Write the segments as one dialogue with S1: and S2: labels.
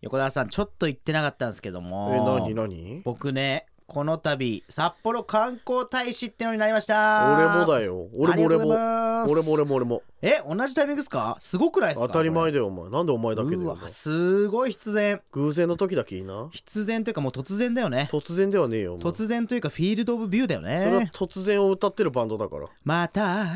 S1: 横田さんちょっと言ってなかったんですけど
S2: え、
S1: も
S2: 何何
S1: 僕ねこの度札幌観光大使ってのになりました
S2: 俺もだよ。俺も俺も。俺も俺
S1: も
S2: も俺も。
S1: え同じタイミングですかすごくないですか
S2: 当たり前
S1: こ
S2: だよ、お前。なんでお前
S1: れ
S2: だけだ
S1: う
S2: よ。お
S1: わ
S2: 前
S1: すごい必然
S2: 偶然の時だけいいな。
S1: 必然というかもう突然だよね
S2: 突然ではねえよ。お前
S1: 突然というかフィールド・オブ・ビューだよ
S2: それは
S1: ね
S2: 突然を歌ってるバンドだから。
S1: また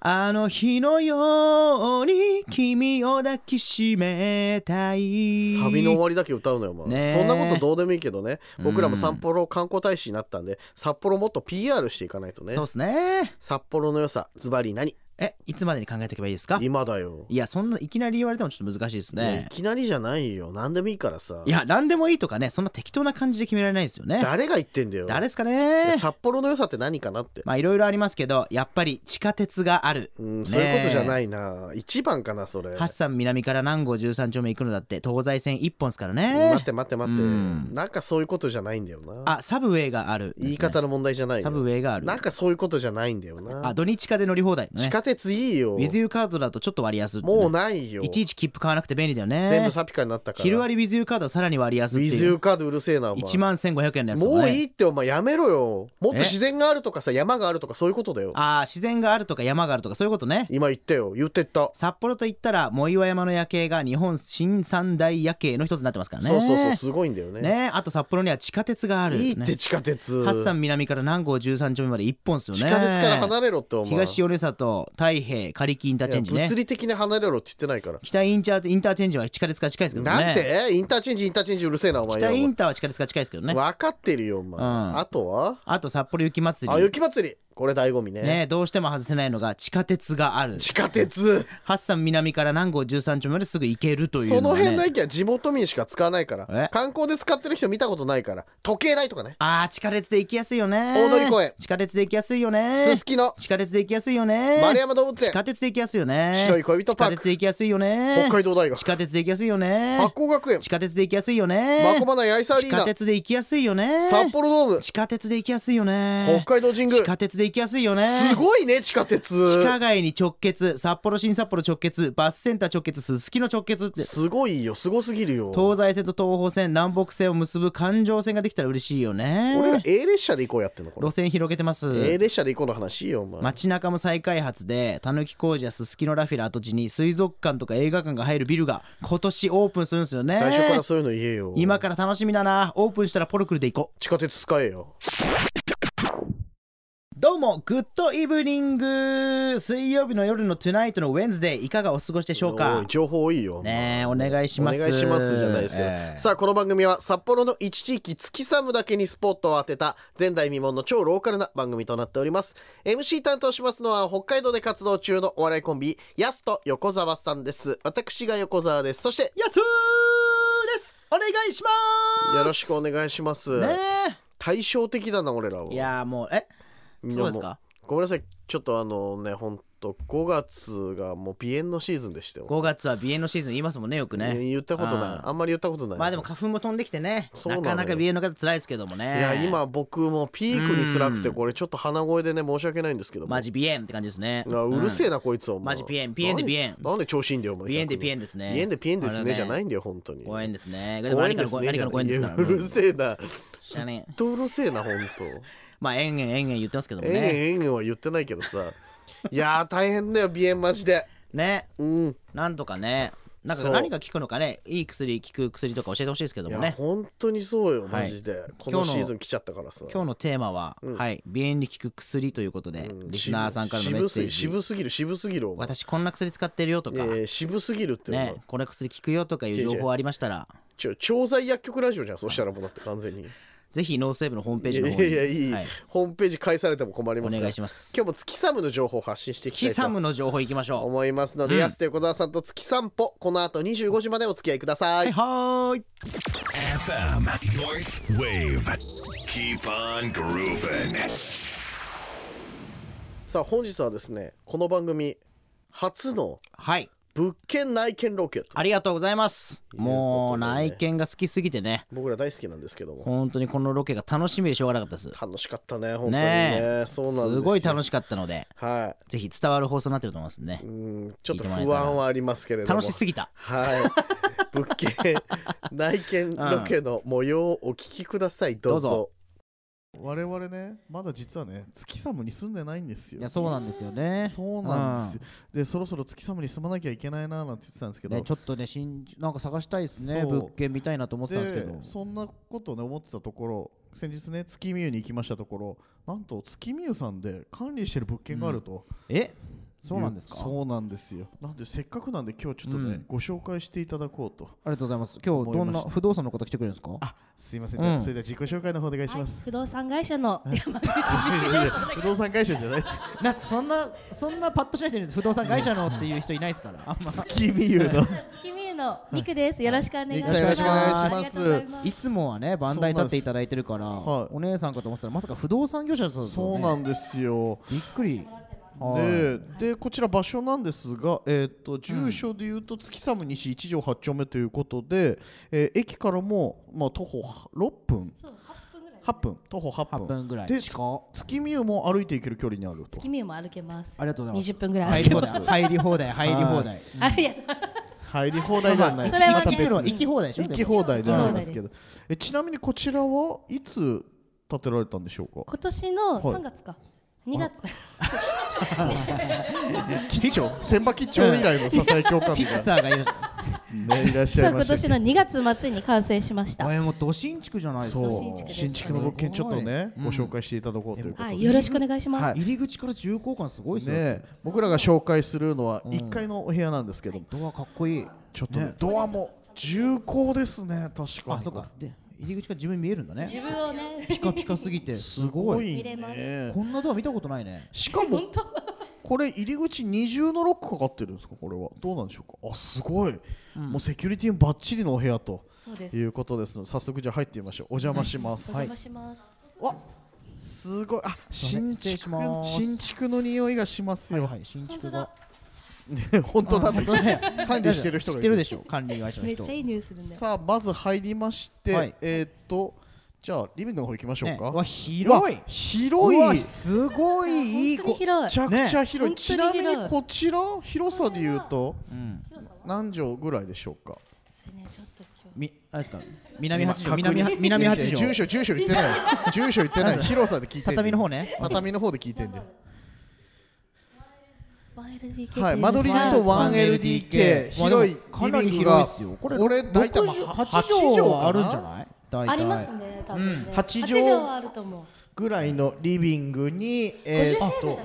S1: あの日のように君を抱きしめたい
S2: サビの終わりだけ歌うのよ、お前。
S1: ねえ
S2: そんなことどうでもいいけどね。僕らも
S1: うん
S2: 札幌観光大使になったんで、札幌もっと PR していかないとね
S1: そう。っすね
S2: 札幌の良さ、ズバリ何
S1: えいつまでに考えておけばいいですか
S2: 今だよ。
S1: いやそんないきなり言われてもちょっと難しいです
S2: いやい
S1: ね
S2: きなりじゃないよ。何でもいいからさ
S1: い。や何でもいいとかねそんな適当な感じで決められないですよね
S2: 誰が言ってんだよ。
S1: 誰ですか
S2: いや
S1: ね
S2: 札幌の良さって何かなって。
S1: まあいろいろありますけどやっぱり地下鉄がある
S2: うん、
S1: ねえ
S2: そういうことじゃないな。一番かな、それ。
S1: 八山南から南郷13丁目行くのだって東西線一本ですからね
S2: 待って待って待って、
S1: うん
S2: なんかそういうことじゃないんだよな。
S1: あサブウェイがあるですね、
S2: 言い方の問題じゃない
S1: サブ
S2: よ。
S1: ウェイがある
S2: なんかそういうことじゃないんだよな。
S1: あ土日化で乗り放題の
S2: 地
S1: ね
S2: 下鉄いいよ
S1: ウ。ィズユーカードだとちょっと割安ってね
S2: もうないよ。
S1: いちいち切符買わなくて便利だよね
S2: 全部サピカになったから。
S1: 昼割りウィズユーカードはさらに割安
S2: ウ
S1: って
S2: ィズ
S1: い
S2: ユ
S1: う
S2: ーカードうるせえな、お前。
S1: 1万1500円のやつとかね、
S2: もういいってお前やめろよ。もっと
S1: え
S2: 自然があるとかさ、山があるとかそういうことだよ。
S1: ああ自然があるとか山があるとかそういうことね
S2: 今言ったよ。言ってった。
S1: 札幌といったら藻岩山の夜景が日本新三大夜景の一つになってますからね
S2: そうそうそう、すごいんだよね。
S1: ねあと札幌には地下鉄がある、ね、
S2: いいって地下鉄。
S1: 八山南から南郷13丁目まで一本ですよね
S2: 地下鉄から離れろってお前。
S1: 東米里太平仮木インターチェンジ
S2: いや
S1: ね
S2: 物理的に離れろって言ってないから。
S1: 北インチャーインターチェンジは地下鉄から近いですけどね
S2: なんてインターチェンジインターチェンジうるせえなお前よ
S1: 北インターは地下鉄から近いですけどね
S2: 分かってるよお前、
S1: うん
S2: あとは
S1: あと札幌雪まつり
S2: あ雪祭りこれ醍醐味ね
S1: ねどうしても外せないのが地下鉄が ある
S2: 地下鉄
S1: 八山南から南郷13丁目まですぐ行けるという
S2: その
S1: がね
S2: 辺の駅は地元民しか使わないから
S1: え
S2: 観光で使ってる人見たことないから時計台とかね
S1: あー地下鉄で行きやすいよね
S2: 大通公園
S1: 地下鉄で行きやすいよね
S2: すすきの
S1: 地下鉄で行きやすいよね
S2: 丸山動物
S1: 地
S2: 園
S1: 下鉄で行きやすいよね
S2: 白い恋人パーク
S1: 地下鉄で行きやすいよね
S2: 北海道大学
S1: 地下鉄で行きやすいよね
S2: 八甲学園
S1: 地下鉄で行きやすいよね
S2: 真駒内八重洲アリ
S1: 地
S2: ー
S1: 下
S2: ナ
S1: 鉄で行きやすいよね
S2: 札幌ドーム
S1: 地下鉄で行きやすいよね
S2: 北海道
S1: 地
S2: 神宮
S1: 下鉄で行きやすいよね
S2: すごいね地下鉄
S1: 地下街に直結札幌新札幌直結バスセンター直結すすきの直結って
S2: すごいよすごすぎるよ
S1: 東西線と東方線南北線を結ぶ環状線ができたら嬉しいよ
S2: 俺ら
S1: ね
S2: A 列車で行こうやってんのこれ
S1: 路線広げてます
S2: A 列車で行こうの話いいよお前
S1: 街中も再開発でたぬき工事やすすきのラフィラ跡地に水族館とか映画館が入るビルが今年オープンするんですよね
S2: 最初からそういうの言えよ
S1: 今から楽しみだなオープンしたらポルクルで行こう
S2: 地下鉄使えよ
S1: どうもグッドイブニング水曜日の夜のトゥナイトのウェンズデーいかがお過ごしでしょう
S2: お
S1: か
S2: い情報多いよ
S1: ねえお願いします
S2: お願いしますじゃないですけど、
S1: ええ
S2: さあこの番組は札幌の一地域月寒だけにスポットを当てた前代未聞の超ローカルな番組となっております MC 担当しますのは北海道で活動中のお笑いコンビやすと横澤さんです私が横澤ですそして
S1: やすーですお願いします
S2: よろしくお願いします、
S1: ね
S2: 対照的だな俺らは
S1: えいやーもうえ
S2: みんな
S1: そう
S2: も
S1: ですか
S2: ごめんなさいちょっとあのねほんと5月がもう鼻炎のシーズンでしたよ
S1: 5月は鼻炎のシーズン言いますもんねよくね
S2: 言ったことない
S1: うん
S2: あんまり言ったことない
S1: まあでも花粉も飛んできてね
S2: そうな
S1: な
S2: のよ
S1: かなか鼻炎の方辛いですけどもね
S2: いや今僕もピークに辛くて
S1: うん
S2: これちょっと鼻声でね申し訳ないんですけども
S1: マジ鼻炎って感じですね
S2: あうるせえ
S1: え
S2: なこいつはお前
S1: マジピエンピエンでピエン
S2: なんなんで調子いいんだよお前
S1: 鼻炎で
S2: 逆に
S1: 鼻炎ですね
S2: ピエンでピエンです
S1: あれ
S2: ね
S1: ね
S2: じゃないんだよ本当に
S1: 公園ですねでも何かの
S2: ね
S1: 何かの公園ですから
S2: いやうるせえな
S1: 知らねえ
S2: どうるせえな本
S1: まあ延々延々言ってますけど
S2: 当
S1: も
S2: えん
S1: ね
S2: えんえんは言ってないけどさいやー大変だよ鼻炎マジで
S1: ね
S2: うん
S1: なんとかねなん
S2: そ
S1: か
S2: う
S1: 何が効くのかねいい薬効く薬とか教えてほしいですけど
S2: い
S1: も
S2: や、
S1: ね
S2: 本当にそうよマジで、この
S1: 今日
S2: シ
S1: の
S2: ーズン来ちゃったからさ
S1: 今日のテーマは、
S2: うん
S1: はい鼻炎に効く薬ということで、
S2: うん
S1: リスナーさんからのメッセージ
S2: 渋すぎる渋すぎる渋すぎるお前
S1: 私こんな薬使ってるよと
S2: い
S1: か、
S2: やいや渋すぎるってお前
S1: ね、これ薬効くよとかいう情報ありましたら
S2: ちょ調剤薬局ラジオじゃんそしたらもうだって完全に
S1: ぜひノースウェーブのホームペー
S2: い
S1: ジ
S2: や
S1: の
S2: い
S1: 方に
S2: やいやいい、
S1: はい、
S2: ホームページ返されても困り
S1: お
S2: ますから
S1: 願いします
S2: 今日も月サムの情報を発信していき
S1: 月
S2: た
S1: サ
S2: い
S1: ム
S2: と
S1: の情報いきましょ
S2: 思いますので、
S1: うん
S2: 安手横澤さんと月散歩この後25時までお付き合いくだ
S1: う
S2: さ
S1: はい
S2: い、
S1: はーい
S3: FM North Wave. Keep on grooving.
S2: さあ本日はですねこの番組初の
S1: はい
S2: 物件内見ロケと
S1: ありがとうございます
S2: いうことでね
S1: もう内見が好きすぎてね
S2: 僕ら大好きなんですけども
S1: 本当にこのロケが楽しみでしょうがなかったです
S2: 楽しかったね本当にね
S1: ね
S2: そうなんです
S1: すごい楽
S2: し
S1: しかったので
S2: は
S1: ぜひ伝わる放送になってると思いますんでね
S2: いうんちょっと
S1: 聞いてもらえ
S2: 不
S1: たら
S2: 安はありますけれども
S1: 楽しすぎた
S2: はい物件
S4: 内見ロケの模様をお聞きくださいどうぞ
S1: どうぞ
S2: 我々ねまだ実はね月寒に住んでないんですよ
S1: いやそうなんですよね
S2: そうなんですよ、でそろそろ月寒に住まなきゃいけないななんて言ってたんですけど、
S1: ね、ちょっとね新なんか探したいですね
S2: そう
S1: 物件見たいなと思ってたんですけど
S2: でそんなことをね思ってたところ先日ね月見湯に行きましたところなんと月見湯さんで管理してる物件があると、
S1: えそうなんですかあ
S2: そうなんですよなんでせっかくなんで今日ちょっとね、
S1: うん
S2: ご紹介していただこうと
S1: りがとうございます今日
S2: 思い
S1: どん
S2: ま
S1: な
S2: した
S1: 不動産の方来てくれるんですか
S2: あすいません、
S1: うん
S2: それでは自己紹介の方お願いし
S5: はい
S2: ます、
S5: 不動産会社の山口
S2: いやいや不動産会社じゃない
S1: なんかそんなそんなパッとしない人いるんです不動産会社のっていう人いないですからあんま
S2: 月見湯の
S5: 月見湯のミクです。よろしくお願いします。
S1: よろしくお願いし
S2: ます
S5: ありがとうございます
S1: いつもはね番台立っていただいてるから、
S2: はい
S1: お姉さんかと思ってたらまさか不動産業者だったんですよ、ね、
S2: そうなんですよ
S1: びっくりはい
S2: ででこちら場所なんですが、えー、と住所でいうと月寒西一条八丁目ということで、えー駅からも、まあ、徒歩6分
S5: そう8分ぐらい。
S2: 8分徒歩8
S1: 8
S2: 分
S1: 分ぐらい
S2: で
S1: 近っ
S2: 月見湯も歩いて行ける距離にあると
S5: 月見湯も歩けます。
S1: ありがとうございます
S5: 20分ぐら
S1: 入
S5: い
S1: り
S5: 歩
S1: 放
S5: けます。
S1: 題入り放題入り放題
S5: あいや
S2: 入り放題ではない
S5: それは
S2: また
S5: 行
S2: 別
S5: ける
S1: のは行
S2: に
S1: き放題でしょ
S2: 行き放題ではありますけ
S5: 行
S2: どえちなみにこちらはいつ建てられたんでしょうか
S5: 今年の3月か。2月
S2: 吉兆千葉吉兆以来の支え教官
S1: フィクサーが いる
S2: が、ね、いらっし
S5: そ
S2: ゃ
S5: う
S2: いま
S5: 今
S2: したけど
S5: 年の2月末に完成しました。
S1: あれもうド新築じゃないですか
S5: 新
S2: そ
S5: 築
S2: う
S5: です
S2: 新築の物件ちょっとね、
S1: うん
S2: ご紹介していただこうということ
S5: は
S2: で、
S5: いよろしくお願いします。
S2: はい
S1: 入り口から重厚感すごいですよ、
S2: ね、僕らが紹介するのは
S1: うん
S2: 1階のお部屋なんですけども、
S1: ドアかっこいい
S2: ちょっとね
S1: ね
S2: ドアも重厚ですね確かに
S1: あそうかで入り口から自分見えるんだ
S5: 自
S1: ね
S5: 分をね
S1: ピカピカすぎて
S2: すごい
S5: 見れま
S2: ね
S1: こんなドア見たことないね
S2: しかもこれ入り口二重のロックかかってるんですかこれはどうなんでしょうかあすごい、もうセキュリティもバッチリのお部屋と
S5: そうです。
S2: いうことですので早速じゃあ入ってみましょうお邪魔します、
S5: お邪魔します。
S2: わすごいあ
S1: すいません
S2: 新
S1: 失礼し
S2: 築
S1: ます
S2: 新築の匂いがします
S1: はい
S2: よ、
S1: はい新
S5: 本
S1: 築
S5: 当
S1: が
S5: だ。
S2: ね 本当だって
S1: ね
S2: 管理してる人が
S1: 知っ
S2: いる
S1: てるでしょ管理会社の
S5: めっ
S1: 人
S5: ちゃいいニュースだよ。
S2: さあまず入りまして、
S1: はい
S2: えーっとじゃあリビングの方行きましょうか、
S1: ねうわ広い
S2: わ広
S1: うわ
S2: いめ
S1: すごいいい
S5: 本当に
S1: こ
S5: 広い。
S2: ちゃくちゃ広い、
S5: ね
S2: ちなみ
S5: 本当に
S2: に
S5: 広い
S2: こちら広さで言うと
S1: うん
S2: 何畳ぐらいでしょうか
S5: それねちょっと今日
S1: みあれですか南八条
S2: 今確認
S1: 南八南八
S2: いやいや住
S1: 条
S2: 所住所言ってない住所 言ってない広さで聞いてんよ
S1: 畳の方ね
S2: 畳の方で聞いてんだよ
S5: 1LDK
S2: はい間取りだと 1LDK 広い
S1: かな
S2: リ
S1: り
S2: ビングが
S1: 広いっすよ
S2: こ
S1: こ
S2: れ
S1: れ
S2: 大体ま
S1: 60
S2: あ8
S1: 8
S2: 畳
S1: 畳
S2: は
S1: は
S2: あ
S1: あ
S2: る
S1: る
S2: ん
S1: ん
S2: じ
S1: じ
S2: ゃ
S1: ゃ
S2: ない
S1: ない大体
S5: ありますね、多分ね。
S2: 八
S5: 八
S2: 畳
S5: 畳あると思う。
S2: ぐらいのリビングに
S5: 50
S2: えー
S5: 平
S2: っ
S5: 米
S2: と
S5: だっ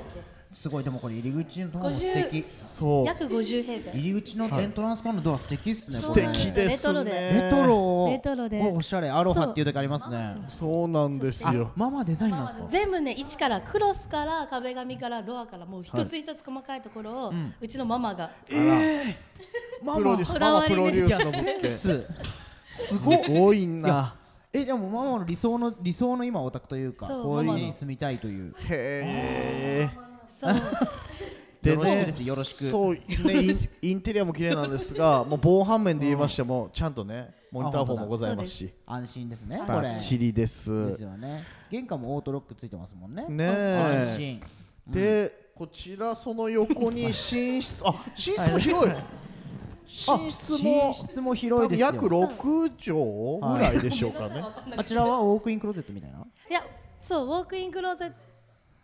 S1: すごいでもこれ入り口のドアも素敵
S2: そ
S5: け？
S2: う
S5: 約50平米。
S1: 入り口のエントランスからのドア素敵っすね
S2: 素
S1: これ
S2: 敵ですね
S1: レトロ
S5: レトロで
S1: おおしゃれアロハっていうだけありますね
S2: そうなんです
S1: あ
S2: よ
S1: ママデザインなんですか
S5: 全部ね一からクロスから壁紙からドアからもう一つ一つ細かいところを、うちのママが
S1: マ
S2: プロデュー
S5: こ
S2: ス
S5: だ
S2: マ
S5: わ
S2: マ
S5: り
S2: プ
S5: ね
S2: ロデュー
S1: いや
S2: スの物
S1: セン
S2: 件
S1: ス
S2: すごいな
S1: えじゃあもうママの理想の理想の今オタクというか
S5: そう
S1: こういう
S5: ママ
S1: 家
S5: の
S1: に住みたいという
S2: へえ
S5: そう
S2: で
S1: よろしく
S2: ね
S1: ですよろしく
S2: そうねイン インテリアも綺麗なんですがもう防犯面で言いましてもちゃんとねモニターフォンもございますし
S1: 安心ですねこ
S2: バ
S1: れ
S2: ッチリで
S1: です
S2: す
S1: よね玄関もオートロックついてますもんね
S2: ね
S1: 安
S2: え
S1: 心
S2: でこちらその横に寝室あ寝室も広い
S1: あ
S2: 寝室も
S1: 寝室も広
S2: 多
S1: いで
S2: 分
S1: すよ
S2: 約6畳ぐらいでしょうかね
S1: あちらはウォークインクローゼットみたいない
S5: やそうウォークインクローゼッ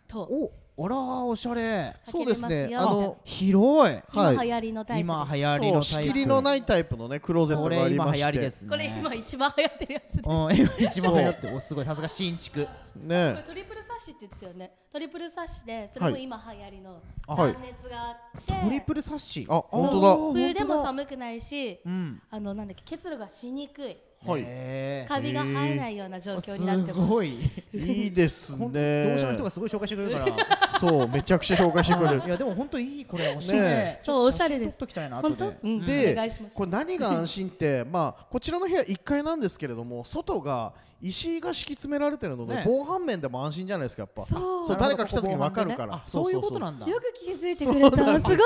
S5: ト
S1: おあらーおしゃれ
S2: そうですね
S5: 開けれ
S2: あ
S5: ますよ
S2: の
S1: 広い
S5: 今
S2: はい
S5: 流行りのタイプ、
S1: 今流行り
S2: そ
S1: の
S2: う仕切りのないタイプのねクローゼット
S1: こ
S2: があ
S1: れ
S2: り
S1: 今
S2: ま
S1: 流行り
S2: して
S1: ですね
S5: これ今一番流行ってるやつで、こ
S1: うん今一番流行ってるおすごいさすが新築
S5: れ
S2: ね
S5: トリプルサッシって言ってたよねトリプルサッシでそれも今流行りの
S2: はい
S5: 断熱があって、
S1: トリプルサッシ
S2: あ本当だ
S5: 冬でも寒くないし、
S1: うん
S5: あのなんだっけ結露がしにくい
S2: はい
S1: へ
S5: カビが生えないような状
S1: ー
S5: 況になって
S1: す
S5: ます
S1: ごい
S2: いいです
S1: 本当業者の
S2: ね
S1: 人がすごい紹介してくれるから
S2: そうめちゃくちゃ紹介してくれる
S1: い やでも本当いいこれおしゃ
S2: ね
S1: れ
S5: そうおしゃれです
S1: ちょっと写真撮っときたいな後
S5: 本当
S1: で、
S5: うん、お
S2: で
S5: 願いします
S2: これ何が安心って、 まあ、こちらの部屋1階なんですけれども外が石が敷き詰められてるので、
S1: ね
S2: 防犯面でも安心じゃないですかやっぱ
S5: そう
S2: 誰か来た時分かるか
S1: あ
S2: ら
S1: そういうことなんだ
S5: よく気づいてくれ
S2: そうな
S5: た
S2: んで
S5: すご
S2: す
S5: い
S2: よ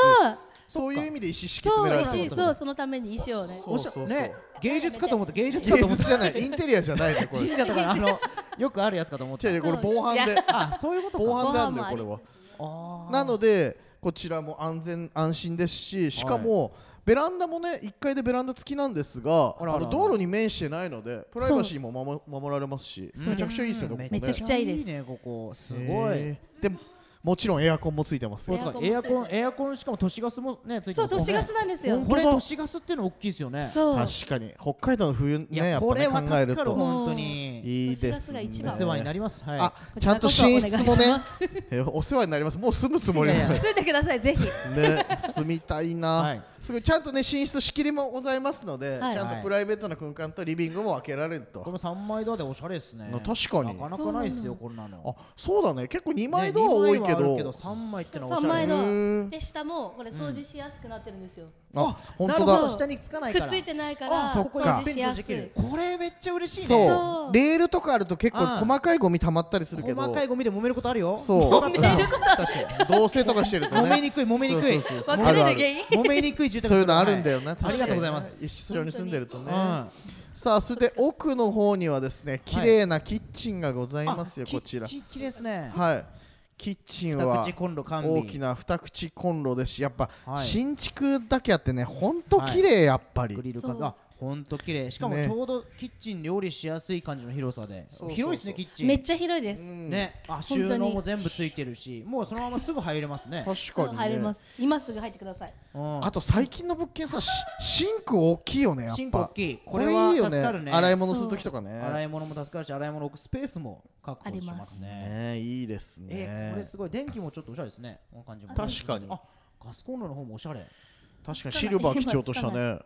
S2: そういう意味で石敷き詰め
S5: そ
S2: ら
S5: う
S2: れてる
S5: 石そうそのために石をね
S2: そ
S1: お
S2: う
S1: し
S2: そうそう
S1: ゃね芸術かと思って芸術かと
S2: 芸
S1: 思って
S2: 術じゃないインテリアじゃないねこれ違
S1: 神社とか のあのよくあるやつかと思っ
S2: う
S1: た
S2: 違うこれ防犯
S5: い
S2: で
S5: や
S1: あそういうこと
S2: 防
S1: か
S2: 犯なんだよこれは
S1: あー
S2: なのでこちらも安全安心ですししかも、ベランダもね1階でベランダ付きなんですがあ
S1: あらあら
S2: の道路に面してないのでプライバシーも守守られますし
S5: そう
S2: めちゃくちゃいいですよね
S5: めちゃくちゃいいです
S1: いいねここすごい
S2: へーでももちろんエアコンもついてます
S5: エ
S2: よ
S5: アコンもついて
S6: エアコンエアコンしかも都市ガスもねついて
S5: そう
S6: ますもんね
S5: 都市ガスなんですよ
S2: 本
S6: これ
S2: 当だ
S6: 都市ガスっていうの大きいですよね
S5: そう
S2: 確かに北海道の冬ね
S1: い
S2: や
S1: や
S2: っぱ
S1: これ
S2: ね
S1: は
S2: 考え
S1: 助
S2: る
S1: かる
S2: と
S1: 本当に
S2: いいです
S5: 都
S2: ね
S5: 市
S1: お
S5: ガス
S1: 世
S5: が一番
S1: 話になりますはい
S2: あちゃんと
S5: こちら
S2: 寝
S5: こそ
S2: 室
S5: お
S2: も
S5: 願いし
S2: ね
S5: ます
S2: えお世話になりますもう住むつもり
S1: いやいや
S2: ね
S5: ついてくださいぜひ
S2: 住みたいな、
S1: はい
S2: すごいちゃんとね寝室仕切りもございますので、
S5: はい
S2: ちゃん
S1: は
S2: と
S1: い
S2: プライベートな空間とリビングも分けられると
S1: この三枚ドアでおしゃれですね
S2: な確かに
S1: なかなかないですよこんなの
S2: あそうだね結構2枚ドア多いけ
S1: ね二
S2: ど,、
S1: 枚はある三枚ってのはお
S5: 3
S1: しゃれ
S5: 枚
S2: へ
S5: の
S2: ー
S5: で下もこれ掃除しやすくなってるんですよ
S2: あ本当
S1: なる
S2: だ
S1: ほど下につかない
S5: く
S1: か
S5: っ
S1: ら
S5: ついてないから
S2: あそ
S5: 掃
S2: っか
S5: 除しやすい
S1: これめっちゃ嬉しいね
S2: そうレールとかあると結構
S1: あー
S2: 細かいゴミ溜まったりするけど
S1: 細かいゴミで揉めることあるよ
S2: そう
S1: 揉め
S2: 同性とかしてるとね
S1: 揉めにくい揉めにくい
S2: そうそうそう
S5: 別れる
S2: あるあ
S5: 原
S2: る
S5: 因
S1: 揉めにくい住宅
S2: そういうのあるんだよな、
S1: はい
S2: 確かに
S1: ありがとうございます
S2: 一緒に住んでるとね、
S1: うん
S2: さあそれで奥の方にはですね綺麗なキッチンがございますよ、
S1: あ
S2: こちら
S1: キッチン綺麗ですね
S2: はいキッチン
S1: 二
S2: は
S1: 口コンロ完備
S2: 大きな二口コンロですしやっぱ
S1: はい
S2: 新築だけあってねほんと綺麗やっぱり、
S1: グリルか
S5: そう
S1: あほんと綺麗しかも
S2: ね
S1: ちょうどキッチン料理しやすい感じの広さで
S2: うそうそう
S1: 広いですねキッチン
S5: めっちゃ広いです
S1: ねあ
S5: 当に
S1: 収納も全部ついてるしもうそのまますぐ入れます ね
S2: 確か
S5: 入れ
S2: に、
S5: ま
S2: ね、
S5: す今すぐ入ってください
S1: うん
S2: あと最近の物件さしシンク大きいよねやっぱ
S1: シンク大きい
S2: こ
S1: こ
S2: れ
S1: れ
S2: いい
S1: は
S2: よ
S1: 助かる
S2: ね
S1: ね
S2: 洗い物するときとかね
S1: 洗い物も助かるし洗い物置くスペースも確保してますね
S2: ねいいですね、
S1: えーこれすごい電気もちょっとおしゃれですねこの感じも
S2: 確かに
S1: あガスコンロの方もおしゃれ
S2: 確かにシルバー基調としたね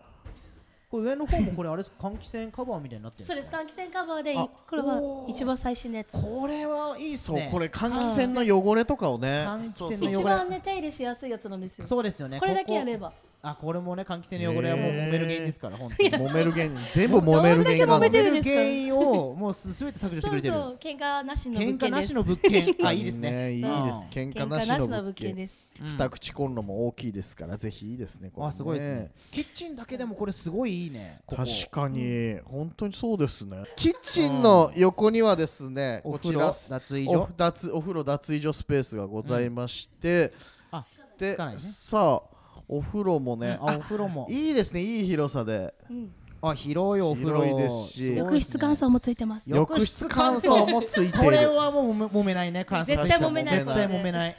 S1: これ上の方もこれあれですか換気扇カバーみたいになってるん
S5: そうですす
S1: か
S5: 換気扇カバーで
S2: あ
S5: これは一番最新のやつ
S1: これはいいっす
S2: そう
S1: ね
S2: これ換気扇の汚れとかをね
S1: 換気扇の
S5: 一
S1: 汚れ
S5: 番ね手入れしやすいやつなんですよ
S1: そうですよね
S5: これだけやれ
S1: こ
S5: ば
S1: こあこれもね換気扇の汚れはもう揉める原因ですから本 当に
S2: 揉める原因全部揉める原因な
S5: ど
S2: の
S5: んだ
S2: ね
S5: け揉めてるん
S1: 揉
S5: で
S1: め
S5: すか
S1: る原因をもうすべて削除して
S5: そ
S1: く
S5: う
S1: れて
S5: そ
S1: る
S5: う喧嘩なしの物
S1: 喧嘩
S5: 件
S1: な
S5: で
S1: し
S5: す
S1: の物件あいいですね
S2: ねいいで
S1: う
S2: す
S1: ん
S2: 喧嘩
S5: 喧
S2: な
S5: 嘩な
S2: し
S5: し
S2: の
S5: の
S2: 物
S5: 物
S2: 件
S5: 件です
S2: 二口コンロも大きいですからぜひいいですねこれね
S1: あすごいですねキッチンだけでもこれすごいいいねここ
S2: 確かに本当にそうですねキッチンの横にはですね
S1: うん
S2: こちら
S1: お風呂脱衣所
S2: お脱お風呂脱衣所スペースがございまして
S1: あ
S2: で
S1: つかないね
S2: さあお風呂もね
S1: あ
S2: あ
S1: お風呂も
S2: いいですねいい広さで
S5: うん
S1: あ広いお風呂
S2: 広いですし
S1: ご
S5: 浴
S1: い
S5: 室乾燥もついてます
S1: よ
S2: 浴室乾燥もついてい
S1: これ
S2: る
S1: はもうも揉めないね乾燥
S5: 絶対揉めない
S1: 絶対揉め ない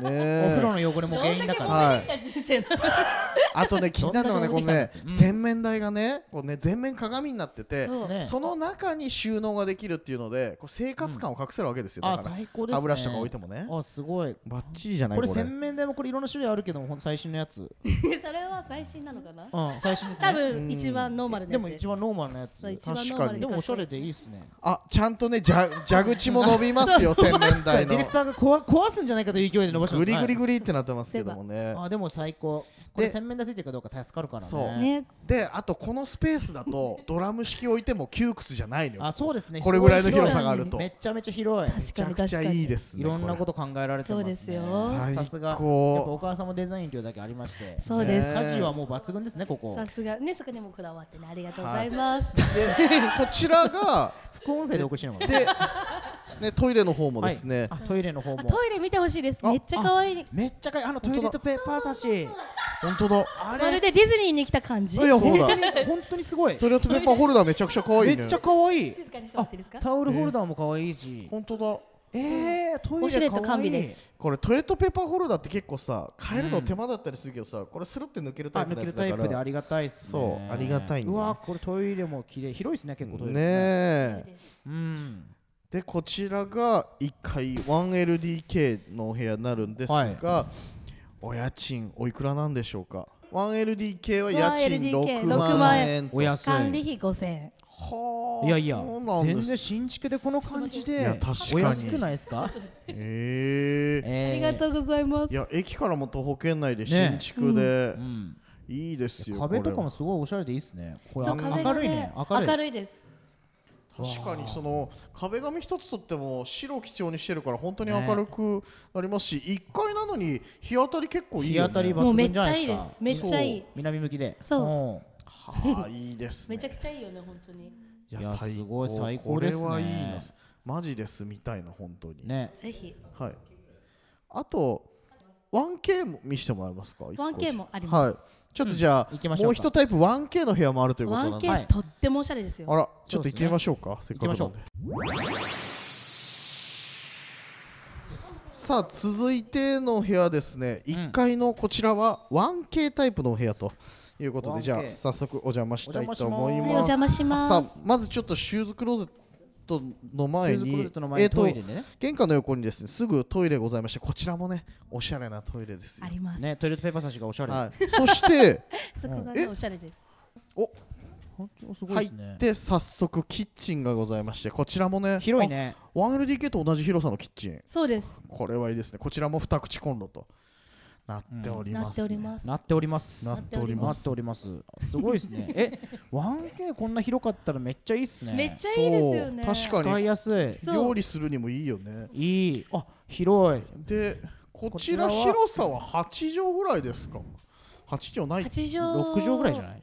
S1: お風
S2: ね
S1: 呂の汚れも
S5: ど
S1: 原
S5: んだ
S1: 因
S5: け
S1: だから
S5: 揉めてきた人生なの
S2: あとね気になるのがねこ
S1: ど
S2: の
S1: んだけ
S2: ね
S1: 持ってきたのうん
S2: 洗面台がねこうね全面鏡になってて
S5: そう
S1: ね
S2: その中に収納ができるっていうのでこう生活感を隠せるわけですよ、
S1: あ
S2: だから
S1: 最高ですね
S2: 歯ブラシとか置いてもね
S1: あすごい
S2: バッチリじゃない
S1: こ
S2: こ
S1: れ
S2: れ
S1: 洗面台もこれいろんな種類あるけどもほんと最新のやつう
S5: それは最新なのかなん
S1: 最新ですね
S5: 多分一番ノーマルな
S1: で
S5: やつ
S1: も一番ノーマルなやつ
S5: そう
S1: で
S5: 一番ノ
S2: 確
S5: ー
S2: か
S5: マル
S2: に
S5: で
S1: もおしゃれでいい
S5: い
S1: っすね
S2: あちゃんとねじゃ蛇口も伸びま すよ洗面
S1: デ
S2: 台
S1: ィレ
S2: の
S1: クターが壊壊すんじゃないかという勢いで伸ばしてます
S2: グリグリグリってなってますけどもね
S1: はいあでも最高これ
S2: で
S1: 洗面台ついてるかどうか助かるからね
S2: そう
S5: ね
S2: であとこのスペースだとドラム式置いても窮屈じゃないのよ
S1: あそうですね
S2: これぐらいの広さ
S1: す
S2: があると
S1: ごいめ
S2: め
S1: ちゃめちゃ広い
S5: 確
S2: ち
S5: か
S2: ゃ
S5: に
S2: く
S5: 確
S2: ちゃ
S5: か
S2: いい
S5: に
S2: ですね
S1: いろんなことと考えられてますね
S5: そうですよ
S1: さすがやっぱ
S2: 最高
S1: お母さんもデザイン量だけありまして
S5: そうです
S1: 家事はもう抜群ですねここ
S5: さすがねそこにもこだわってねありがとうございます
S2: でこちらが
S1: 副音声でお送りしてるのかな
S2: で、ね、トイレの方も
S1: はい
S2: ですね、
S1: あトイレの方も
S5: トイレ見てほしいです
S2: あ
S5: めっちゃ可愛い
S1: めっちゃかいあのトイレットペーパー差し
S2: 本当だ
S1: あ
S5: まるでディズニーに来た感じ
S2: いやほら
S1: 本当にすごい
S2: トイレットペーパーホルダーめちゃくちゃ可愛いね
S1: めっちゃ可愛い
S5: 静かにしてもらっていいですか
S1: タオルホルダーも可愛いし
S2: 本当だ
S1: えート
S5: ウォシュ
S1: イレ
S5: レット
S1: 可
S5: 完
S1: 愛
S5: 備
S1: い
S5: です
S2: これトイレットペーパーホルダーって結構さ変えるの手間だったりするけどさこれスルって抜ける
S1: あ
S2: タイプ
S1: 抜
S2: の
S1: け
S2: や
S1: る
S2: つ
S1: タイ
S2: だか
S1: プであ
S2: ら
S1: りがたいっすね
S2: そうありがたいんだ
S1: う
S2: よ
S1: わこれトイレも綺麗広いですね結構トイレ
S2: ねえ
S1: うん
S2: でこちらが1階 1LDK のお部屋になるんですが、お家賃おいくらなんでしょうか 1LDK は家賃
S5: 1LDK
S2: 6万円
S1: お安い
S5: 管理費5000円
S2: はあ
S1: いやいや
S2: そうなん
S1: 全
S2: です
S1: 然新築でこの感じ
S2: いや
S1: で
S2: 確かに
S1: お安くないですか
S2: ええ
S5: あ
S1: え
S5: り
S1: ー
S5: がとうございます
S2: いや駅からも徒歩圏内で
S1: ね
S2: 新築で、
S1: うん
S2: いいですよ
S1: 壁とか
S2: これ
S1: も
S2: は
S1: すごいおしゃれでいいっすねこれ
S5: そう壁
S1: 明
S5: が
S1: るいね
S5: ね
S1: 明るい
S5: です
S2: 確かにその壁紙一つとっても白を基調にしてるから本当に明るくなりますし、一1階なのに日当たり結構いい
S1: 日
S2: よ、ね、
S1: 当たり
S5: も
S1: 抜
S5: うめっ
S1: 群じゃ
S5: ちゃ
S1: ない
S5: い
S1: で
S5: です
S1: か
S5: すめっちゃいい
S1: そう南向きで
S5: そうん
S2: はあいいですね
S5: めちゃくちゃいいよね本当
S2: い
S5: に
S2: や
S1: いや
S2: 最
S1: す
S2: 高
S1: ごい最高ですね
S2: これはいいなマジで住みたいな本当に、
S1: ね
S5: ぜひ
S2: はいあと 1K も見せてもらえますか
S5: 1K もあり
S2: は
S5: ま
S2: い
S5: す
S2: ちちょっとじゃあ、
S1: うん行きましょうか
S2: もう一タイプ 1K の部屋もあるということなんで、
S1: はい
S5: 1K とってもおしゃれですよ、
S2: あらちょ
S1: そうですね
S2: っと行ってみましょうかせっかくなんで
S1: 行きま
S2: ささあ続いての部屋ですね、1階のこちらは 1K タイプのお部屋ということで
S1: 1K
S2: じゃあ早速お邪魔したいと思い
S5: はい
S2: ま
S5: お
S2: す
S5: 邪魔しま
S2: さ
S5: す
S2: あまずちょっとシューズクローゼットの前
S1: シューズクロー
S2: に
S1: ゼットの前に
S2: えーと
S1: トイレね
S2: 玄関の横にですねすぐトイレございましてこちらもねおしゃれなトイレですよ
S5: あります、
S1: ねトイレットペーパー差しがおしゃれ、
S2: はい、そして
S5: そこが
S2: え
S5: ねおしゃれです
S2: お
S1: 本当すごい
S2: 入
S1: ですね
S2: って早速キッチンがございましてこちらもね
S1: 広いね
S2: あ 1LDK と同じ広さのキッチン
S5: そうです
S2: これはいいですねこちらも二口コンロとなっており
S5: な
S2: ま
S5: っ
S2: す
S5: て
S2: ね、
S5: おります
S1: なっております
S2: な
S5: っており
S2: ます
S1: なっておりますすごいです ねえ 1K こんな広かったらめっちゃいいっすね
S5: めっちゃいいですよね
S2: そう確か
S1: 使いやすい
S5: そう
S2: 料理するにもいいよね
S1: いいあ広い
S2: でこちら
S1: こちらは
S2: 広さは8畳ぐらいですか8畳ない
S5: 8畳
S1: 6畳ぐらいじゃ
S5: い
S1: ない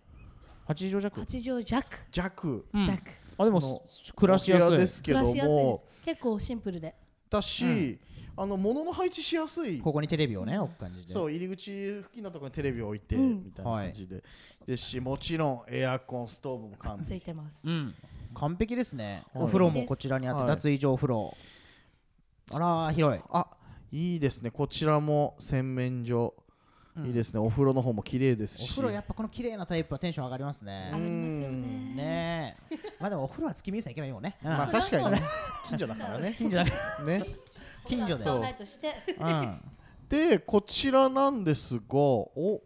S1: 8畳弱
S5: 8畳弱
S2: 弱
S1: うん
S5: 弱
S1: あでも
S2: の
S1: す暮らしや
S2: お部
S1: す
S2: 屋
S1: い
S2: ですけ
S5: 暮
S2: ど
S5: らしやすいで
S2: も
S5: す結構シンプルで
S2: だし、あの物の配置しやすい
S1: ここにテレビをね置く感じで
S2: そう入り口付近のところにテレビを置いて、
S5: うん
S2: みたいな感じで、ですしもちろんエアコンストーブも完
S5: つい
S2: 備
S5: てます
S1: うん完璧ですね
S2: はい
S1: お風呂もこちらにあっ
S2: はい
S1: て脱衣所お風呂あらー広い
S2: あいいですねこちらも洗面所、いいですねお風呂の方も綺麗です
S1: お
S2: し
S1: 風呂やっぱこの綺麗なタイプはテンション上がりますね
S5: 上がりますよね
S1: ねえまあでもお風呂は月見湯さん行けばいいもんね、うん
S2: まあ確かにね近所だからね近所だね
S1: 近所で
S5: そうないとして
S1: うん
S2: でこちらなんですがお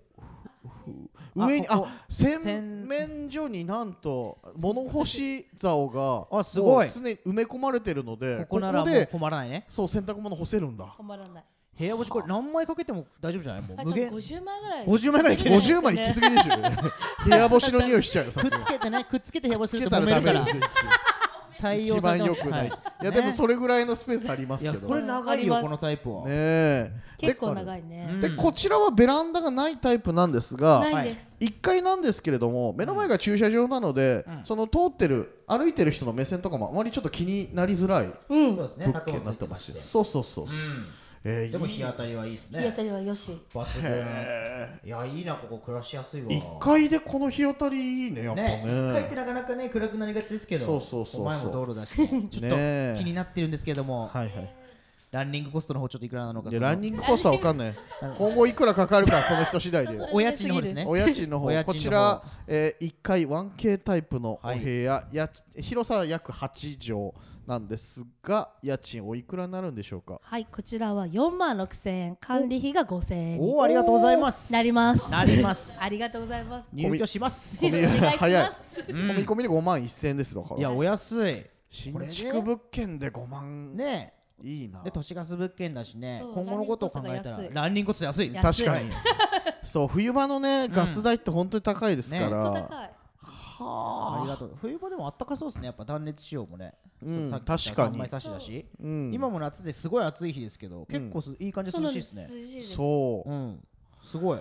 S1: あ
S2: 上にあ
S1: ここ
S2: 洗面所になんと物干し竿が
S1: あすごい
S2: もう常に埋め込まれてるので
S1: ここならも
S2: で
S1: う困らないね
S2: そう洗濯物干せるん だ
S5: 困らない
S1: 部屋干しこれ何枚かけても大丈夫じゃないも
S5: あ
S1: う
S5: と
S1: 無限くっ
S5: 50枚ぐらい
S1: 50枚ぐらい
S5: できるんです
S2: 50
S5: よね
S2: 枚行 き過ぎでしょ部屋干しの匂いしちゃうよさすがに
S1: つけてねくっつけて部屋干しす
S2: つ
S1: る
S2: け
S1: と
S2: た
S1: 揉
S2: ら
S1: め
S2: ダ
S1: る
S2: メ
S1: か
S2: で
S1: ら
S2: すよ
S1: 対応さ
S2: 一番
S1: れて
S2: 良
S1: ます
S2: くない
S1: はい
S2: やでも
S1: ね
S2: それぐらいのスペースあります
S1: い
S2: け
S1: や
S2: ど
S1: これ
S2: ね
S1: 長いよこのタイプは
S2: え
S5: 結構長いね
S1: うん
S2: でこちらはベランダがないタイプなんですが
S5: ないんです
S2: 1階なんですけれども目の前が駐車場なので、その通ってる歩いてる人の目線とかもあまりちょっと気になりづらい
S5: うん
S1: そうですね
S2: 物
S1: 作
S2: 件
S1: 物
S2: に
S1: つ
S2: ないって
S1: てま
S2: ま
S1: し
S2: す
S1: て
S2: よそうそうそうそう、えー
S1: でも日当たりはいいです
S5: 日当
S1: ね
S5: たりはよし
S1: 抜群いやいいなここ暮らしやすいわ
S2: 1階でこの日当たりいいねやっぱ
S1: ね
S2: ね、
S1: 一回ってなかなかね暗くなりがちですけど
S2: そうそうそうそう
S1: お前も道路だしねちょっと
S2: ねえ
S1: 気になってるんですけれども
S2: はいはい
S1: ランニングコストの方ちょっといくらなのか
S2: で
S1: その
S2: ランニングコストは分かんない今後いくらかかるかその人次第で
S1: お家賃の方ですね
S2: お家賃の方
S1: お家賃の方
S2: こちら、えー、1階 1K タイプのお部屋、家賃広さは約8畳なんですが家賃おいくらになるんでしょうか
S5: はいこちらは4万6千円管理費が5千円に
S1: おおありがとうございます
S5: なります
S1: なります
S5: ありがとうございます
S1: 入居します
S5: お願いします
S2: 早い込み込 みで5万1000円ですだから
S1: いやお安い
S2: 新
S1: これね
S2: 築物件で5万、
S1: ね
S2: いいな
S1: えで都市ガス物件だしね
S5: そう
S1: 今後のことを考えたら
S5: ラ
S1: ランニングコスト安い
S5: 安い
S2: 確かに そう冬場のねガス代って本当に高いですか
S1: ね
S2: ら、
S5: 本当高い
S1: ありがとう冬場でもあったかそうですねやっぱ断熱仕様もね
S2: うん
S1: ちょっとさっき言った
S2: 確かに
S1: 三枚差しだし
S2: うん
S1: 今も夏ですごい暑い日ですけど結構すいい感じで
S5: そうな
S1: 涼
S5: ん
S1: しい
S5: で
S1: ですす
S5: 涼
S1: ね
S5: しいです
S2: そう、
S1: うんすごい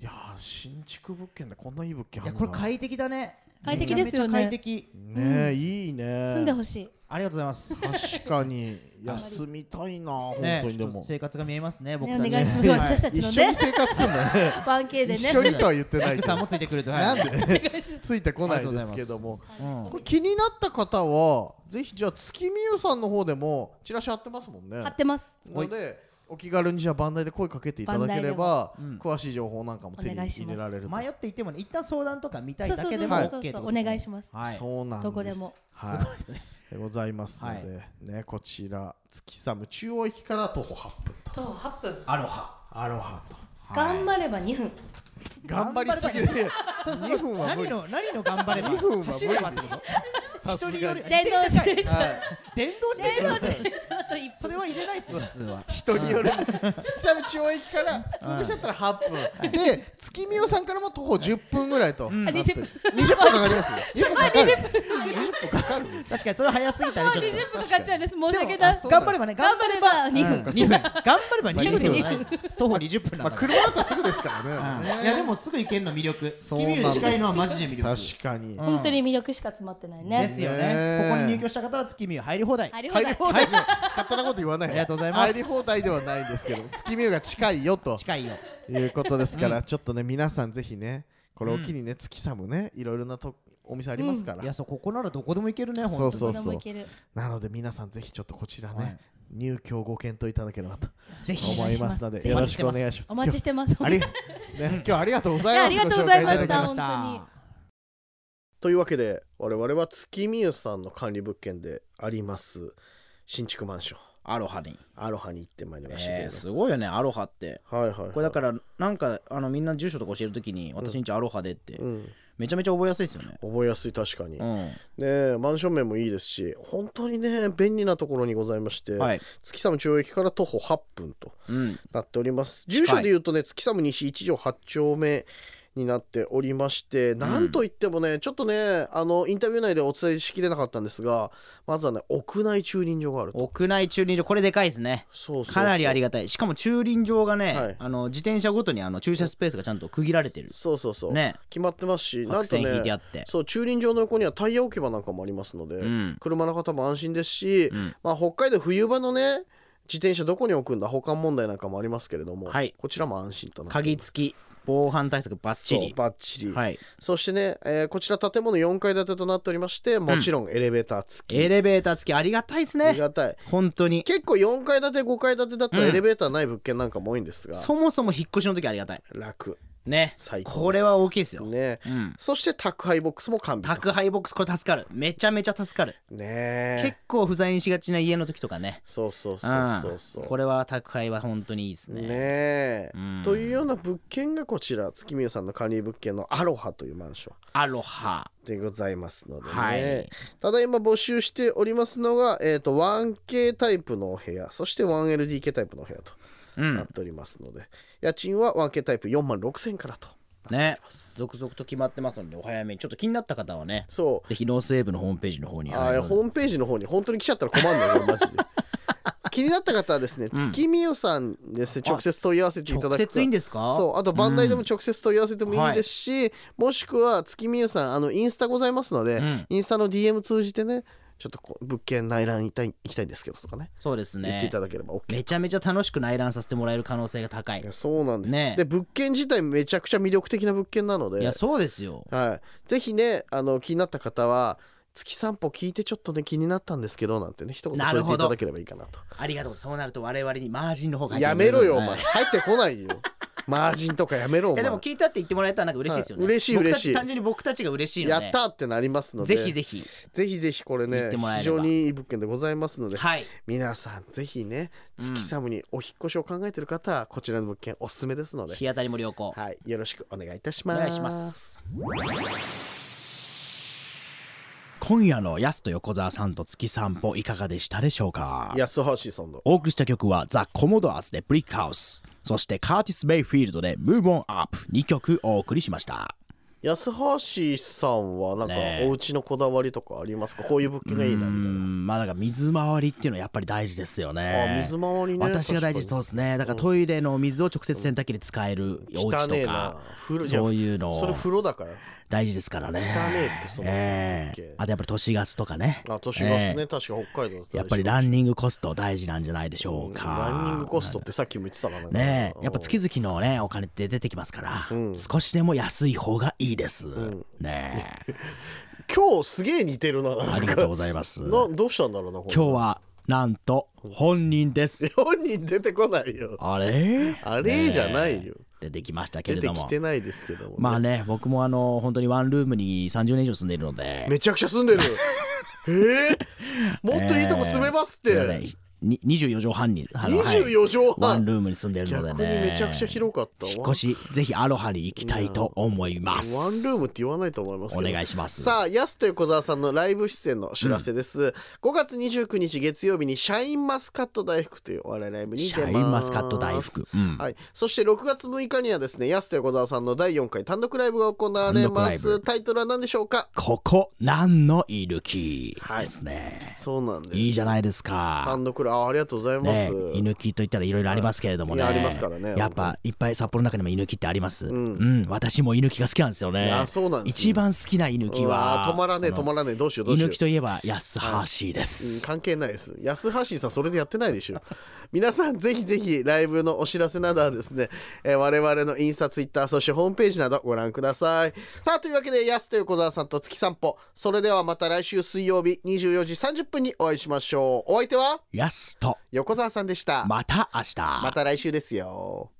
S2: いやー新築物件でこんないい物件
S1: い
S2: あ
S1: や
S2: るん
S1: こ
S2: だ
S1: れ快適だね
S5: 快適ですよね
S1: めちゃめちゃ快適
S2: ねえ、いいね
S5: 住んでほしい
S1: ありがとうござい ます
S2: 確かに休みたいな本
S1: ね
S2: 当に
S1: ち
S2: で
S1: ょっと
S2: も、
S1: 生活が見えますね僕
S5: ねお
S1: たち
S5: 願いします
S1: は
S5: 私たち
S2: 一
S5: の
S2: 緒に
S5: ね
S2: 生活するんだね
S5: 1K で
S2: 一緒
S5: ね
S2: にとは言ってない
S1: 奥
S2: け
S1: さん
S2: ど
S1: もついてくると
S2: な
S1: は
S2: ん
S1: い
S2: でついてこないですけども
S1: うん
S2: これ気になった方はぜひじゃあ月見湯さんの方でもチラシ貼ってますもんね
S5: 貼ってます
S2: なのでお気軽にじゃあ番台で声かけていただければ、
S1: 番台でも
S2: 詳しい情報なんかも手に入れられると
S1: 迷っていてもね一旦相談とか見た
S5: そ
S1: いうだ
S5: そう
S1: けで
S5: そう
S1: も OK ってことで
S5: そうそうお
S1: すね
S5: 願いします
S1: はい
S2: そうなんです
S5: どこでも
S2: はい
S1: そうですね
S2: でございますので、ねこちら月寒中央駅から徒歩8分と
S5: 徒歩8分
S1: アロハ
S2: アロハと
S5: 頑張れば2分
S2: 頑張りすぎで2分は
S1: 何
S2: 無理
S1: の何の頑張れば
S2: 2分は無理
S1: 走ればってこと
S2: さ
S1: 一
S2: すがに
S1: 人より
S5: 電動自転車
S2: はい
S1: 電動自転車
S5: ちょっと一
S1: それは入れないっすよ普通は
S2: 人による小さな中央駅から普通の人だったら8分で月見さんからも徒歩10分ぐらいと
S5: あ20分
S2: 20分かかりますよ20分かかる20分かかるね
S7: 確かにそれは早すぎたね
S5: もう
S7: ちょっと
S5: 20分かかっちゃうんです。申し訳
S7: でも
S5: な
S7: あ
S5: い。
S7: そうだ頑張ればね
S5: 頑張れば
S7: 頑
S5: 2
S7: 張れ
S5: 分。
S7: ば2分頑張れば2分ではない徒歩20分な
S8: ま
S7: ん
S8: あ、
S7: だから
S8: 車だとすぐですからね。
S7: うんいやでもすぐ行けるの魅力
S8: そうなんです
S7: 君より近いのはマジで魅力
S8: 確かに。
S5: 本当に魅力しか詰まってない
S7: で
S5: ね。
S7: すよ
S8: ね
S7: ね
S8: え
S7: ここに入居した方は月見入り放題
S5: ありが
S8: 入
S5: と
S8: り
S5: う
S8: 放題の勝手なこと言わない。
S7: ありがとうございます
S8: 入り放題ではないんですけど、月見湯が近いよと
S7: 近いよ
S8: いうことですから、ちょっとね、皆さんぜひね、これを機にね、月さんもね、いろいろなとお店ありますか
S7: いや
S8: ら。
S7: そうここならどこでも行けるね
S8: そう
S7: 本
S8: そ
S7: 当
S8: う
S7: に
S5: どこでもいける
S8: なので皆さんぜひちょっとこちら
S7: は
S8: ね
S7: い、
S8: 入居ご検討いただければと
S7: ぜひ
S8: 思いますので、
S7: ぜひ
S8: よろしくお願いします。
S5: お待ちしてます。
S8: あり、ね、今日はありがとうございます。
S5: いやありがとうござい
S8: ご
S5: まし
S8: 紹介いただき
S5: た
S8: ま
S5: 本
S2: というわけで我々は月見湯さんの管理物件であります新築マンション
S1: アロハに、
S2: アロハに行ってまいりましたけ
S1: えー、
S2: れど、
S1: すごいよねアロハって
S2: はいはい、はい、
S1: これだからなんかあのみんな住所とか教えるときに私んちアロハでって、
S2: うん、
S1: めちゃめちゃ覚えやすいですよね
S2: 覚えやすい確かに、
S1: う
S2: ね
S1: ん
S2: えマンション名もいいですし本当にね便利なところにございまして、
S1: はい
S2: 月寒中央駅から徒歩8分と
S1: うん
S2: なっております住所で言うとね月寒西1条8丁目になっておりまして、なんといってもねちょっとねあのインタビュー内でお伝えしきれなかったんですがまずはね屋内駐輪場があると
S1: 屋内駐輪場これでかいですね
S2: そうそうそう
S1: かなりありがたいしかも駐輪場がね、
S2: はい
S1: あの自転車ごとにあの駐車スペースがちゃんと区切られてる
S2: そうそうそう、
S1: ね
S2: 決まってますしな
S1: 白
S2: んと
S1: 線
S2: ね
S1: 引いてあって
S2: そう駐輪場の横にはタイヤ置き場なんかもありますので、
S1: ん
S2: 車の方も安心ですし、
S1: ん
S2: まあ、北海道冬場のね自転車どこに置くんだ保管問題なんかもありますけれども、
S1: はい
S2: こちらも安心となって
S1: 鍵付き防犯対策バッチ
S2: そう
S1: リ
S2: バッチリ、
S1: はい
S2: そしてね、えーこちら建物4階建てとなっておりましてもちろんエレベーター付き、
S1: エレベーター付きありがたいです
S2: あり
S1: ね
S2: がたい
S1: 本当に
S2: 結構4階建て5階建てだったら
S1: うん
S2: エレベーターない物件なんかも多いんですが、
S1: そもそも引っ越しの時ありがたい
S2: 楽
S1: ね
S2: 最高です
S1: これは大きいですよ、
S2: ね、
S1: うん
S2: そして宅配ボックスも完備と
S1: 宅配ボックスこれ助かるめちゃめちゃ助かる
S2: ね
S1: 結
S2: え
S1: 構不在にしがちな家の時とかね
S2: そうそうそうそうそ
S1: ん
S2: う
S1: これは宅配は本当にいいですね
S2: ねえ、
S1: うん
S2: というような物件がこちら月見湯さんの管理物件のアロハというマンション
S1: アロハ
S2: でございますのでね、
S1: はい
S2: ただいま募集しておりますのが、えー、と 1K タイプのお部屋そして 1LDK タイプのお部屋と
S1: う
S2: なっ
S1: ん
S2: ておりますので、家賃は 1K タイプ4万6000からと
S1: ね続々と決まってますのでお早めにちょっと気になった方はね
S2: そう
S1: ぜひノースウェーブのホームページの方に
S2: あーホームページの方に本当に来ちゃったら困るのよマ ジで気になった方はですね、月見代さんですね直接問い合わせていただくか
S1: 直接いいんですか
S2: そうあと番台でも直接問い合わせてもいい
S1: はい
S2: ですし、もしくは月見代さんあのインスタございますので、
S1: ん
S2: インスタの DM 通じてねちょっとこう物件内覧行きたい行きたいんですけどとかね
S1: そうです
S2: 言って
S1: ね
S2: いただければ OK
S1: めちゃめちゃ楽しく内覧させてもらえる可能性が高い
S2: いやそうなんです、
S1: ねえ
S2: で物件自体めちゃくちゃ魅力的な物件なので
S1: いやそうですよ
S2: はい、ぜひねあの気になった方は月散歩聞いてちょっとね気になったんですけどなんてね一言
S1: な
S2: 添
S1: る
S2: えてい
S1: ほど
S2: ただければいいかなと
S1: ありがとうそうなると我々にマージンの方が入って
S2: や
S1: くる
S2: めろよお
S1: はい
S2: 前入ってこないよマージンとかやめろお
S1: いや
S2: 前
S1: でも聞いたって言ってもらえたらなんか嬉しいですよね、
S2: はい嬉しい
S1: 僕た
S2: 嬉
S1: ち
S2: しい
S1: 単純に僕たちが嬉しいの
S2: や
S1: で
S2: ったーってなりますので
S1: ぜひぜひ
S2: ぜひぜひこれ
S1: 言
S2: ね
S1: ってもら
S2: 非
S1: えれば
S2: 常にいい物件でございますので、
S1: はい
S2: 皆さんぜひね月寒にお引っ越しを考えてる方はこちらの物件おすすめですので、
S1: 日当たりも良好、
S2: はい、よろしくお願いいたし
S1: お
S2: ます
S1: 願いします今夜のやすと横澤さんと月散歩いかがでしたでしょうか
S2: 安橋さんの
S1: お送りした曲はザ・コモドアーズでブリックハウスそしてカーティス・ベイフィールドでムーブオンアップ2曲お送りしました
S2: 安橋さんはなんか
S1: ねえ
S2: お家のこだわりとかありますかこういう物件がいいなみたいな
S1: うんまあだから水回りっていうのはやっぱり大事ですよね
S2: あ水回りね
S1: 私が大事そうですねだからトイレの水を直接洗濯機で使えるお
S2: 汚
S1: 家
S2: ねえ
S1: と
S2: な
S1: か
S2: 風呂じゃん
S1: そういうの
S2: それ風呂だから
S1: 大事ですからね
S2: 汚ねえってその
S1: ええ
S2: 風景
S1: あとやっぱり都市ガスとかね
S2: あ都市ガスね、
S1: え
S2: 確か北海道だ
S1: えやっぱり
S2: ラ
S1: ランニングコスト大事なんじゃないでしょうか
S2: ンニングコストってさっきも言ってたから
S1: ねえやっぱ月々のねお金って出てきますから、少しでも安い方がいいです、ね え
S2: 今日すげえ似てるな
S1: あ
S2: あ
S1: りがとうございます
S2: な
S1: 今
S2: どうしたんだろうな今
S1: 日はなんと本人です
S2: 本人出てこないよ
S1: あれ
S2: あれじゃないよ
S1: 出てきましたけれ
S2: 出て
S1: ど
S2: き
S1: も
S2: てないですけども、
S1: まあね僕もあの本当にワンルームに30年以上住んでいるので
S2: めちゃくちゃ住んでるええもっといいとこ住めますって、
S1: すいませんに24畳半にあのはい
S2: 24畳
S1: ワン
S2: 半
S1: ルームに住んでるの
S2: 逆
S1: で
S2: に
S1: ね
S2: めちゃくちゃ広かったわ
S1: 引っ越しぜひアロハに行きたいと思います
S2: ワンルームって言わないと思いますけど
S1: お願いします
S2: さあヤスと横澤さんのライブ出演の知らせです、5月29日月曜日にシャインマスカット大福というお笑いライブに出
S1: シ
S2: ます
S1: ャインマスカット大福、うん
S2: はい、そして6月6日にはですね安田横澤さんの第4回単独ライブが行われ
S1: 単
S2: ま
S1: 独ライ
S2: すタイトルは何でしょうか
S1: ここ何のいる木
S2: はい
S1: ですね、
S2: そうなんです
S1: いいじゃないです
S2: 単
S1: か
S2: 独ライブあありがとうございます、
S1: ねえ犬木といったらいろいろありますけれどもね、
S2: はいいやありますからね
S1: やっぱいっぱい札幌の中にも犬木ってありますうんん、私も犬木が好きなんですよね
S2: あそうなんですね
S1: 一番好きな犬木
S2: うわ
S1: は
S2: ー止まらねえ止まらねえどうしようどうしよう
S1: 犬木といえば安橋で
S2: うん
S1: す、
S2: 関係ないです安橋さんそれでやってないでしょ 皆さんぜひぜひライブのお知らせなどはですね、えー我々のインスタツイッターそしてホームページなどご覧くださいさあというわけで安と横澤さんと月散歩それではまた来週水曜日24時30分にお会いしましょうお相手は
S1: 安と
S2: 横澤さんでした
S1: また明日
S2: また来週ですよ